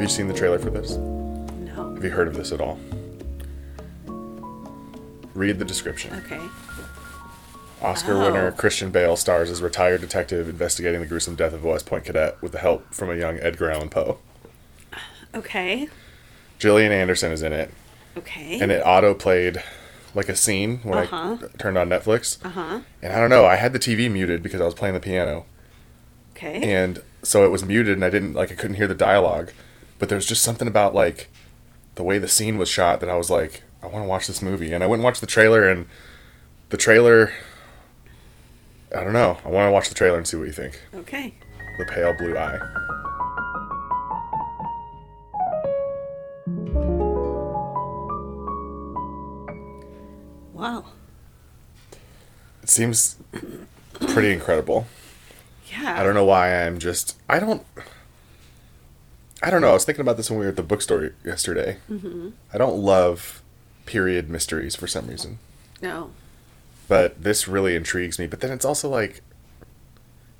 you seen the trailer for this? No. Have you heard of this at all? Read the description. Okay. Oscar Oh. winner Christian Bale stars as retired detective investigating the gruesome death of a West Point cadet with the help from a young Edgar Allan Poe. Okay. Gillian Anderson is in it, Okay. and it auto played like a scene when Uh-huh. I turned on Netflix. uh huh. And I don't know, I had the TV muted because I was playing the piano, Okay. and so it was muted, and I didn't like I couldn't hear the dialogue. But there's just something about like the way the scene was shot that I was like, I want to watch this movie, and I went and watched the trailer, and the trailer. I don't know. I want to watch the trailer and see what you think. Okay. The pale blue eye. Wow. It seems pretty incredible. Yeah. I don't know why I'm just I don't I don't know. I was thinking about this when we were at the bookstore yesterday. I don't love period mysteries for some reason, No. but this really intrigues me. But then it's also like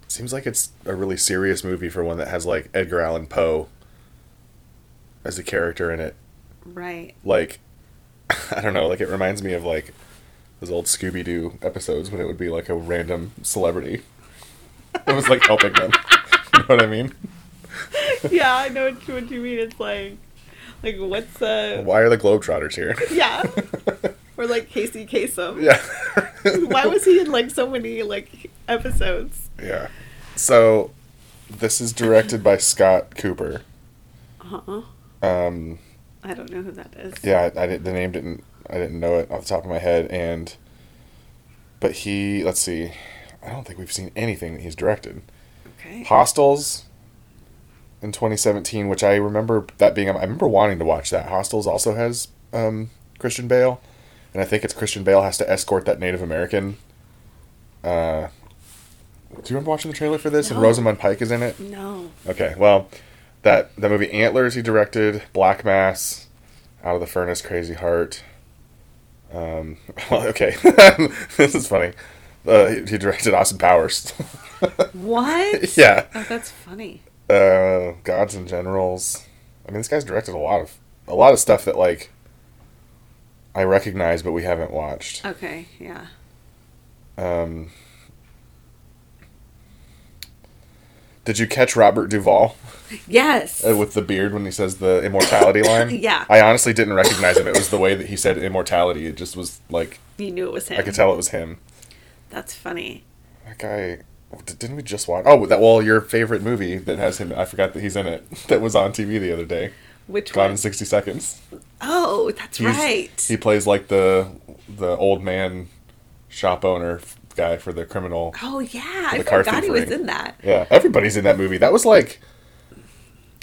it seems like it's a really serious movie for one that has like Edgar Allan Poe as a character in it. Right. Like I don't know, like it reminds me of like those old Scooby Doo episodes when it would be like a random celebrity. It was like helping them. You know what I mean? yeah, I know what, what you mean. It's like, like what's uh? Why are the Globetrotters here? Yeah. or like Casey Kasem. yeah. Why was he in like so many like episodes? Yeah. So, this is directed by Scott Cooper. Uh huh. Um, I don't know who that is. yeah, I, I didn't, the name didn't, I didn't know it off the top of my head, and, but he, let's see, I don't think we've seen anything that he's directed. Okay. Hostels in 2017, which I remember that being, I remember wanting to watch that. Hostels also has um, Christian Bale, and I think it's Christian Bale has to escort that Native American. Uh, do you remember watching the trailer for this? And No. Rosamund Pike is in it. No. Okay, well, that that movie Antlers he directed, Black Mass, Out of the Furnace, Crazy Heart. Um, well, okay, this is funny. Uh, he, he directed Austin Powers. What? yeah, Oh, that's funny. uh, Gods and Generals. I mean, this guy's directed a lot of a lot of stuff that like I recognize, but we haven't watched. Okay. Yeah. Um, did you catch Robert Duvall? Yes. Uh, with the beard when he says the immortality line. Yeah. I honestly didn't recognize him. It was the way that he said immortality. It just was like you knew it was him. I could tell it was him. That's funny. That guy. d- Didn't we just watch? Oh, that well, your favorite movie that has him. I forgot that he's in it. That was on TV the other day. Which Gone one? in sixty seconds. Oh, that's He's- right. He plays like the the old man shop owner f- guy for the criminal. oh yeah, I the car forgot he thief was ring. in that. Yeah, everybody's in that movie. That was like,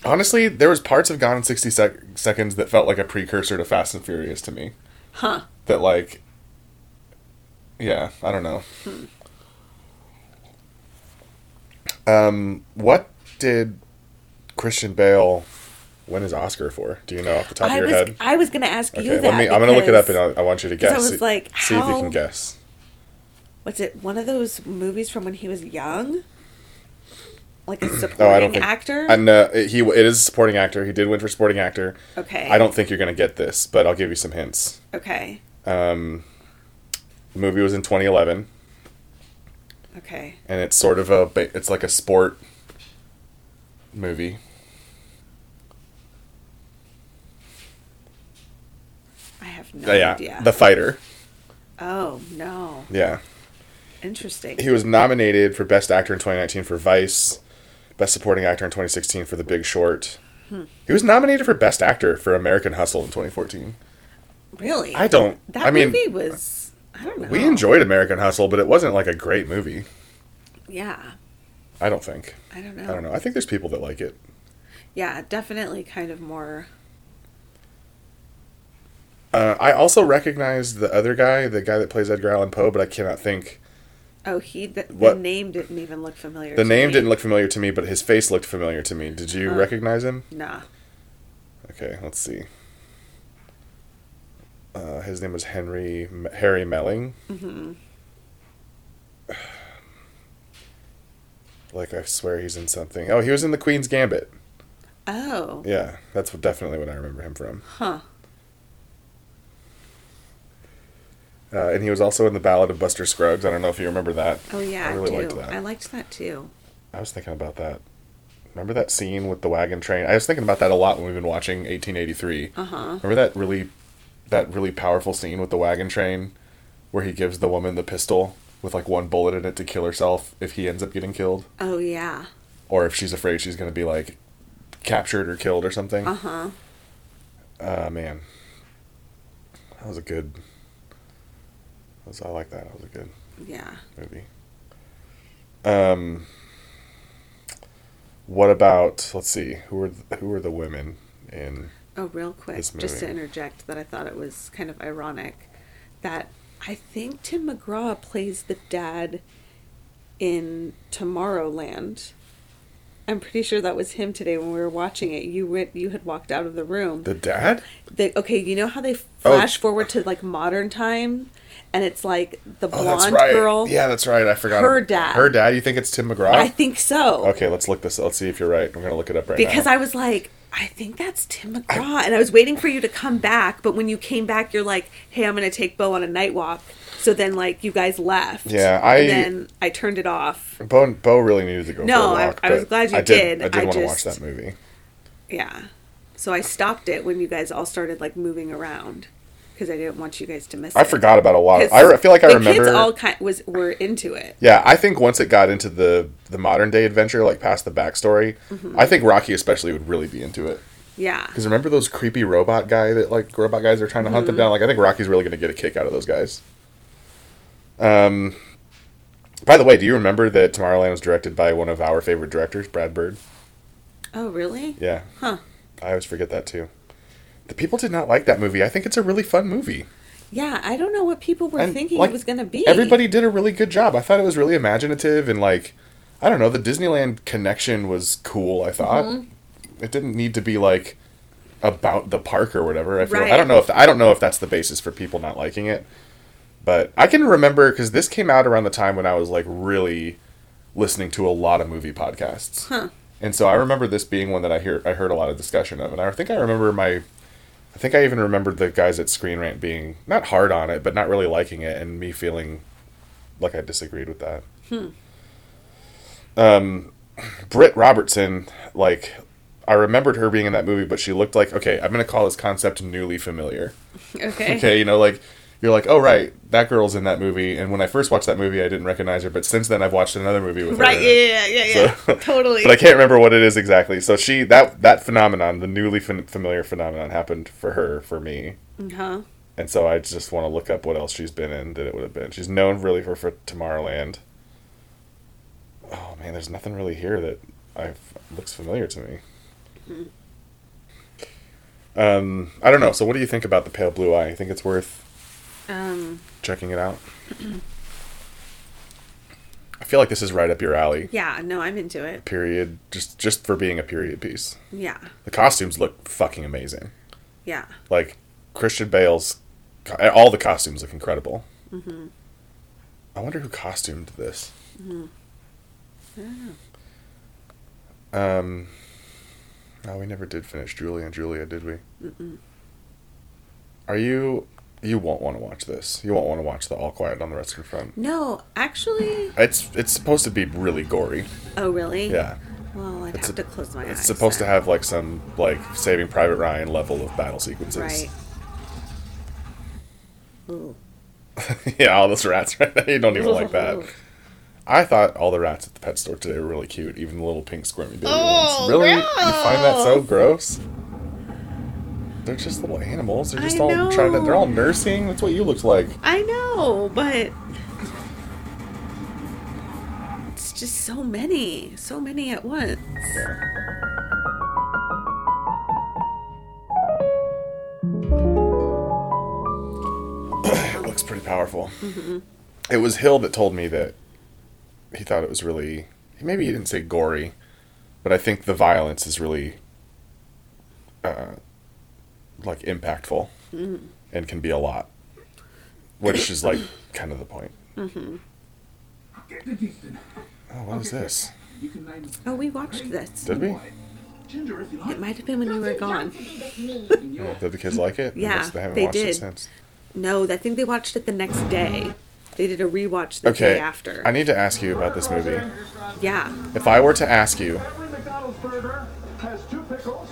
honestly, there was parts of Gone in sixty sec- seconds that felt like a precursor to Fast and Furious to me. Huh. That like, yeah, I don't know. Hmm. Um, what did Christian Bale win his Oscar for? Do you know off the top of I your was head? I was gonna ask you Okay, that. let me. I'm gonna look it up, and because- I, I want you to 'cause guess. I was See- like, see if you how- can guess. what's it? One of those movies from when he was young, like a No, Oh, I don't supporting think actor. I know it- he. It is a supporting actor. He did win for supporting actor. okay. I don't think you're gonna get this, but I'll give you some hints. Okay. Um, the movie was in 2011, Okay. and it's sort of a. ba- It's like a sport movie. I have no Yeah, Uh, yeah, idea. The Fighter. oh no. Yeah, Interesting. he was nominated for Best Actor in 2019 for Vice, Best Supporting Actor in 2016 for The Big Short. Hmm. He was nominated for Best Actor for American Hustle in 2014. really? I don't. That I mean, movie was. I don't know. we enjoyed American Hustle, but it wasn't like a great movie. Yeah. I don't think. I don't know. I don't know. I think there's people that like it. Yeah, definitely kind of more. Uh, I also recognize the other guy, the guy that plays Edgar Allan Poe, but I cannot think. Oh, he. The, the What- name didn't even look familiar. The to name me. didn't look familiar to me, but his face looked familiar to me. Did you Huh. recognize him? Nah. Okay, let's see. Uh, his name was Henry M- Harry Melling. hmm Like I swear he's in something. Oh, he was in The Queen's Gambit. Oh. Yeah, that's what, definitely what I remember him from. Huh. Uh, and he was also in the Ballad of Buster Scruggs. I don't know if you remember that. Oh yeah, I, I really do. liked that. I liked that too. I was thinking about that. Remember that scene with the wagon train? I was thinking about that a lot when we've been watching 1883. Uh huh. Remember that really, that really powerful scene with the wagon train, where he gives the woman the pistol with like one bullet in it to kill herself if he ends up getting killed, Oh yeah. or if she's afraid she's gonna be like captured or killed or something. Uh huh. Uh, man, that was a good. that was- I like that. That was a good Yeah. movie. Um, what about let's see who were th- who were the women in? Oh, real quick, This just to movie. interject that I thought it was kind of ironic that I think Tim McGraw plays the dad in Tomorrowland. I'm pretty sure that was him today when we were watching it. You went, you had walked out of the room. The dad? They, okay, you know how they Oh. flash forward to like modern time, and it's like the Oh, blonde that's right. girl. Yeah, that's right. I forgot. Her ab- dad. Her dad. You think it's Tim McGraw? I think so. okay, let's look this. Let's see if you're right. I'm gonna look it up right because now. I was like, I think that's Tim McGraw, and I was waiting for you to come back. But when you came back, you're like, "Hey, I'm going to take Bo on a night walk." So then, like, you guys left. Yeah, I- And then I turned it off. Bo, Bo really needed to go No, for a I- walk. I was but glad you I did. I did I want to watch just- that movie. Yeah. So I stopped it when you guys all started like moving around because I didn't want you guys to miss. I it. forgot about a lot. Of, 'Cause I re- feel like I the remember. Kids all kind was were into it. Yeah, I think once it got into the the modern day adventure, like past the backstory, Mm-hmm. I think Rocky especially would really be into it. Yeah. Because remember those creepy robot guy that like robot guys are trying to hunt them down. Like I think Rocky's really gonna get a kick out of those guys. Um. By the way, do you remember that Tomorrowland was directed by one of our favorite directors, Brad Bird? Oh, really? Yeah, Huh. I always forget that too. The people did not like that movie. I think it's a really fun movie. Yeah. I don't know what people were And, thinking like, it was going to be. Everybody did a really good job. I thought it was really imaginative and like I don't know, the Disneyland connection was cool, I thought. It didn't need to be like about the park or whatever. I feel Right. I don't know if I don't know if that's the basis for people not liking it. But I can remember cuz this came out around the time when I was like really listening to a lot of movie podcasts. Huh. And so I remember this being one that I hear I heard a lot of discussion of, and I think I remember my, I think I even remembered the guys at Screen Rant being not hard on it, but not really liking it, and me feeling like I disagreed with that. Hmm. Um, Britt Robertson, like I remembered her being in that movie, but she looked like okay. I'm gonna call this concept newly familiar. Okay. Okay, you know, like you're like, oh right, that girl's in that movie, and when I first watched that movie, I didn't recognize her, but since then I've watched another movie with her. Right. in Yeah. it. Yeah. Yeah. Yeah. So- totally. But I can't remember what it is exactly. So she that that phenomenon, the newly fam- familiar phenomenon, happened for her for me, huh. and so I just want to look up what else she's been in that it would have been. She's known really for for Tomorrowland. Oh man, there's nothing really here that I looks familiar to me. Um, I don't know. So what do you think about the Pale Blue Eye? You think it's worth Um. checking it out? I feel like this is right up your alley. Yeah, no, I'm into it. Period. Just just for being a period piece. Yeah, The costumes look fucking amazing. yeah, Like Christian Bale's, co- eh, all the costumes look incredible. I wonder who costumed this. Um, no, we never did finish Julia and Julia, did we? Are you? You won't want to watch this. You won't want to watch the All Quiet on the Western Front. No, actually. It's it's supposed to be really gory. Oh, really? Yeah. Well, I'd It's have a- to close my eyes. It's supposed to then. have like some like Saving Private Ryan level of battle sequences. Right. Ooh. yeah, all those rats right there. You don't even like that. I thought all the rats at the pet store today were really cute, even the little pink squirmy baby Oh, ones. Really? You find that so gross. gross? They're just little animals. They're just I all trying to. They're all know. nursing. That's what you looked like. I know, but it's just so many, so many at once. it looks pretty powerful. Mm-hmm. It was Hill that told me that he thought it was really. Maybe he didn't say gory, but I think the violence is really, uh, like impactful Mm-hmm. and can be a lot, which is like kind of the point. Mm-hmm. Get to Houston. Oh, what is this? You can name Oh, we watched this. Did we? Ginger, if you like. It might have been when we were gone. And you're- Yeah, Did the kids like it? I Yeah, guess haven't they watched it did. since. No, I think they watched it the next day. They did a rewatch the Okay. day after. I need to ask you about this movie. yeah. If I were to ask you, Every McDonald's burger has two pickles.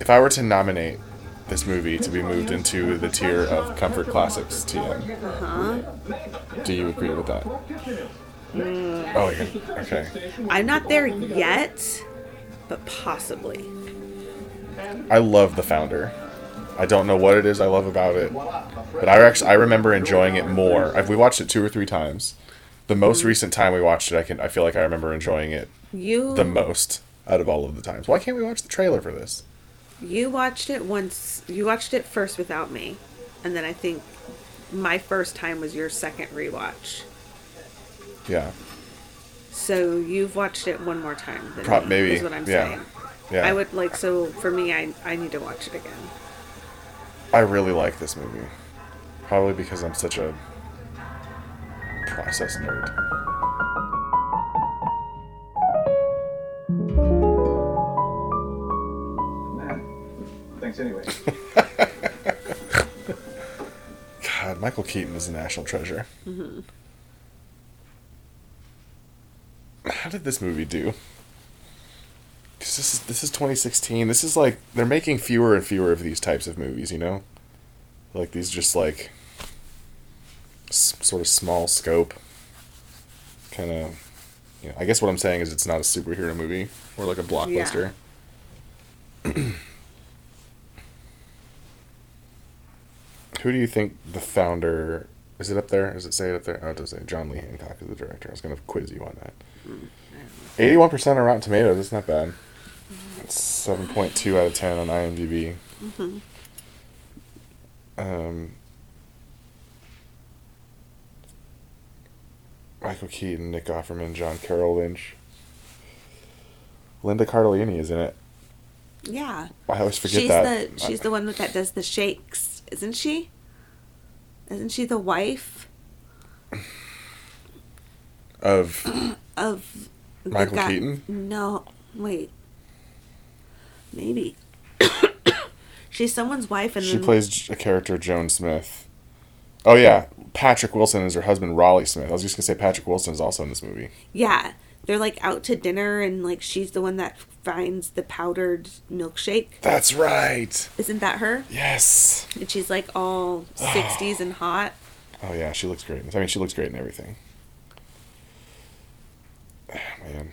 if I were to nominate this movie to be moved into the tier of comfort classics TM, Huh? do you agree with that? Oh, yeah. okay. I'm not there yet, but possibly. I love The Founder. I don't know what it is I love about it, but I actually I remember enjoying it more. I've, we watched it two or three times. The most recent time we watched it, I can I feel like I remember enjoying it You the most out of all of the times. Why can't we watch the trailer for this? you watched it once. You watched it first without me, and then I think my first time was your second rewatch. Yeah, So you've watched it one more time than Pro- me, maybe, is what I'm yeah, saying. yeah. I would like so for me I I need to watch it again. I really like this movie. Probably because I'm such a process nerd. Nah. Thanks anyway. God, Michael Keaton is a national treasure. How did this movie do? 'Cause This is this is 2016. This is like they're making fewer and fewer of these types of movies. You know, like these just like s- sort of small scope, kind of. You know, I guess what I'm saying is it's not a superhero movie or like a blockbuster. Who do you think the founder is? It up there? Does it say it up there? Oh, it does say John Lee Hancock is the director. I was gonna quiz you on that. Eighty-one percent on Rotten Tomatoes. That's not bad. That's seven point two out of ten on IMDb. Mm-hmm. Um, Michael Keaton, Nick Offerman, John Carroll Lynch. Linda Cardellini is in it. Yeah. I always forget she's that. Uh, the she's the one that does the shakes, isn't she? Isn't she the wife of of the Michael guy- Keaton? No, wait. Maybe she's someone's wife, and She then plays J- a character, Joan Smith. Oh yeah, Patrick Wilson is her husband, Raleigh Smith. I was just gonna say Patrick Wilson is also in this movie. yeah, they're like out to dinner, and like she's the one that finds the powdered milkshake. That's right. Isn't that her? Yes. And she's like all sixties and hot. Oh yeah, she looks great. in this. I mean, she looks great in everything. Ah, Man,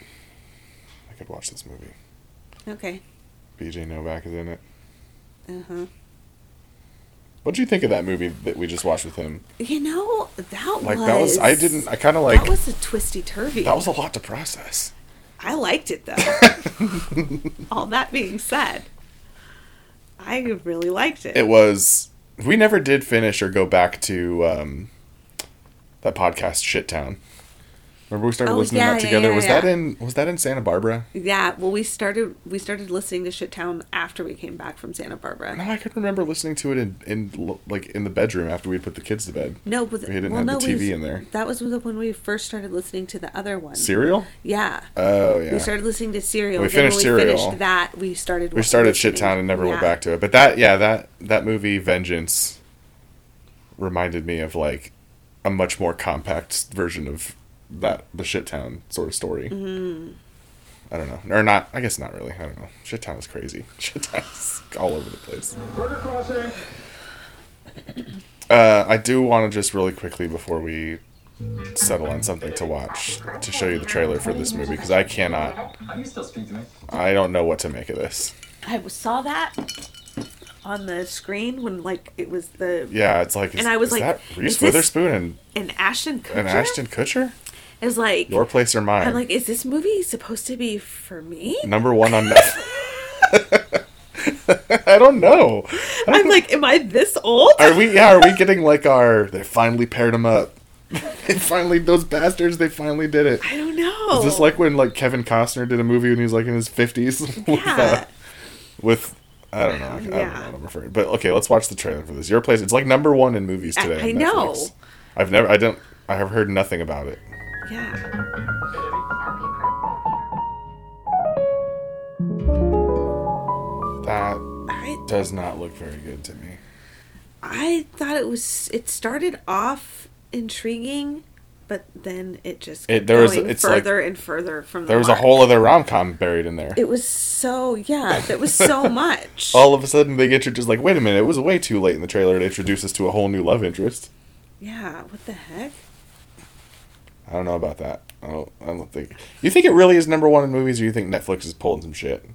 I could watch this movie. Okay. B.J. Novak is in it. Uh huh. What did you think of that movie that we just watched with him? You know that Like was that was I didn't. I kind of like that was a twisty turvy. that was a lot to process. I liked it though. All that being said, I really liked it. it was we never did finish or go back to um, that podcast shit town remember we started Oh, listening to yeah, that yeah, together yeah, was that yeah. in was that in santa barbara yeah, well we started we started listening to Shit Town after we came back from Santa Barbara. no i could remember listening to it in, in l- like in the bedroom after we put the kids to bed No, but We didn't well, have no, the we- TV in there. That was when we first started listening to the other one. serial yeah. oh yeah We started listening to Serial. We then when finished We Serial. finished that. We started. we started listening. shit town and never went Yeah. back to it but that yeah that that movie vengeance reminded me of like a much more compact version of that the shit town sort of story Mm-hmm. i don't know or not i guess not really i don't know shit town is crazy shit town is all over the place Burger crossing. uh, i do want to just really quickly before we settle on something to watch to show you the trailer for this movie because i cannot Are you still speaking to me? i don't know what to make of this I saw that on the screen when like it was the yeah it's like is- I was is like, that reese is this- witherspoon and, an Ashton Kutcher. and ashton kutcher It was like Your place or mine? I'm like, is this movie supposed to be for me? Number one on Netflix. I don't know. I'm like, am I this old? Are we? Yeah, are we getting like our? They finally paired them up. they finally those bastards. They finally did it. I don't know. Is this like when like Kevin Costner did a movie when he was like in his fifties? with, uh, yeah. with I don't know. I don't know Yeah. what I'm afraid. But okay, let's watch the trailer for this. Your place. It's like number one in movies I- today. I on know. Netflix. I've never. I don't. I have heard nothing about it. yeah. does not look very good to me. I thought it was. It started off intriguing, but then it just kept It- there was- going it's like- further and further from. The There was a mark. whole other rom com buried in there. It was so yeah. That was so much. All of a sudden, they get you just like, wait a minute, it was way too late in the trailer to introduce us to a whole new love interest. Yeah. What the heck? I don't know about that. I don't, I don't think. You think it really is number one in movies, or you think Netflix is pulling some shit?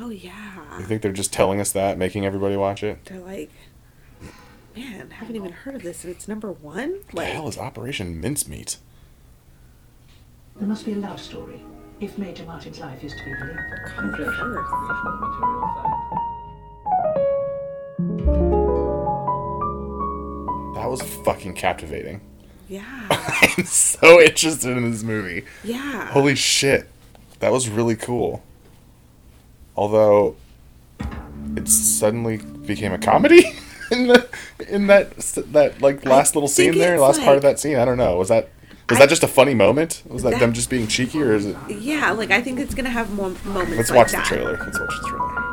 Oh yeah. You think they're just telling us that, making everybody watch it? They're like, man, haven't even heard of this, and it's number one. What the Like, hell is Operation Mincemeat? There must be a love story, if Major Martin's life is to be believed. Conclusion. Material fact. That was fucking captivating. yeah, I'm so interested in this movie. yeah. Holy shit. That was really cool. Although it suddenly became a comedy in the in that s- that like last little think scene there, it's last part of like- that scene. I don't know. Was that was I- that just a funny moment? Was that, That- them just being cheeky or is it Yeah, like I think it's gonna have more moments. Let's like watch that. the trailer. Let's watch the trailer.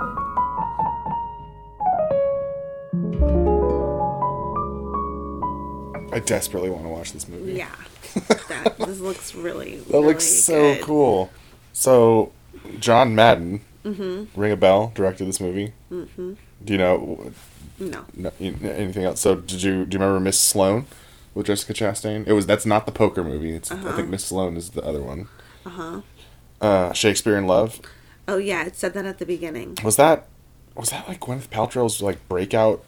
I desperately want to watch this movie. Yeah, that, this looks really. That looks so cool. So, John Madden, ring a bell, directed this movie. Mm-hmm. Do you know No, no, you- anything else? So, did you do you remember Miss Sloan with Jessica Chastain? It was that's not the poker movie. It's I think Miss Sloan is the other one. Uh-huh. Shakespeare in Love oh yeah, it said that at the beginning. was that was that like Gwyneth Paltrow's like breakout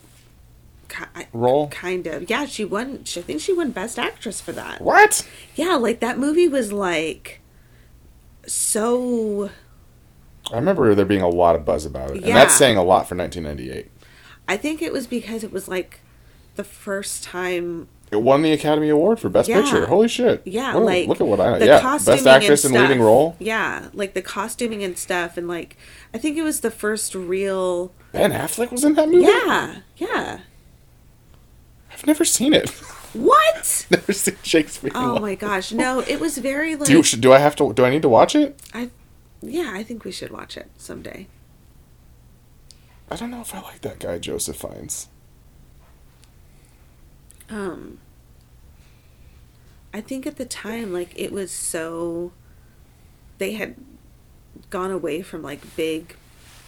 Ki- I- role? Kind of, yeah. She won. She, I think she won Best Actress for that. What? Yeah, like that movie was like so. I remember there being a lot of buzz about it, and Yeah. that's saying a lot for 1998. I think it was because it was like the first time. It won the Academy Award for Best Yeah. Picture. Holy shit! Yeah, What a- like Oh, look at what I know. Yeah, Best Actress in Leading Role. Yeah, like the costuming and stuff, and like I think it was the first real. Ben Affleck was in that movie. Yeah, yeah. I've never seen it. What? never seen Shakespeare. in Oh Love. my gosh! No, it was very like. Do you, should, do I have to? Do I need to watch it? I, yeah, I think we should watch it someday. I don't know if I like that guy Joseph Fiennes. Um, I think at the time, like it was so. They had gone away from like big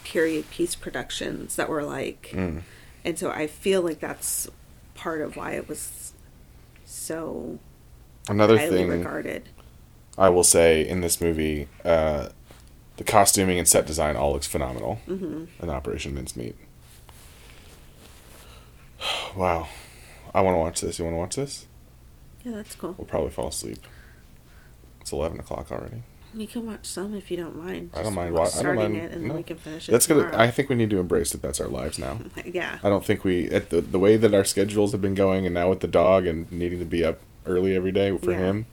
period piece productions that were like, Mm. and so I feel like that's part of why it was so Another highly thing regarded. I will say in this movie, uh, the costuming and set design all looks phenomenal. Mm-hmm. In Operation Mincemeat. wow, I want to watch this. You want to watch this? Yeah, that's cool. We'll probably fall asleep. It's eleven o'clock already. We can watch some if you don't mind. I don't Just mind wa- wa- I don't starting mind- it, and no. then we can finish it. That's gonna. tomorrow. I think we need to embrace that. That's our lives now. yeah. I don't think we at the the way that our schedules have been going, and now with the dog and needing to be up early every day for Yeah. him.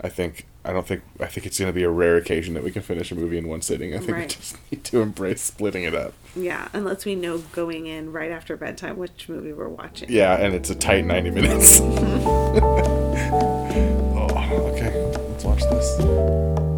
I think I don't think I think it's going to be a rare occasion that we can finish a movie in one sitting. I think Right. we just need to embrace splitting it up. Yeah, unless we know going in right after bedtime which movie we're watching. Yeah, and it's a tight ninety minutes. oh, okay, let's watch this.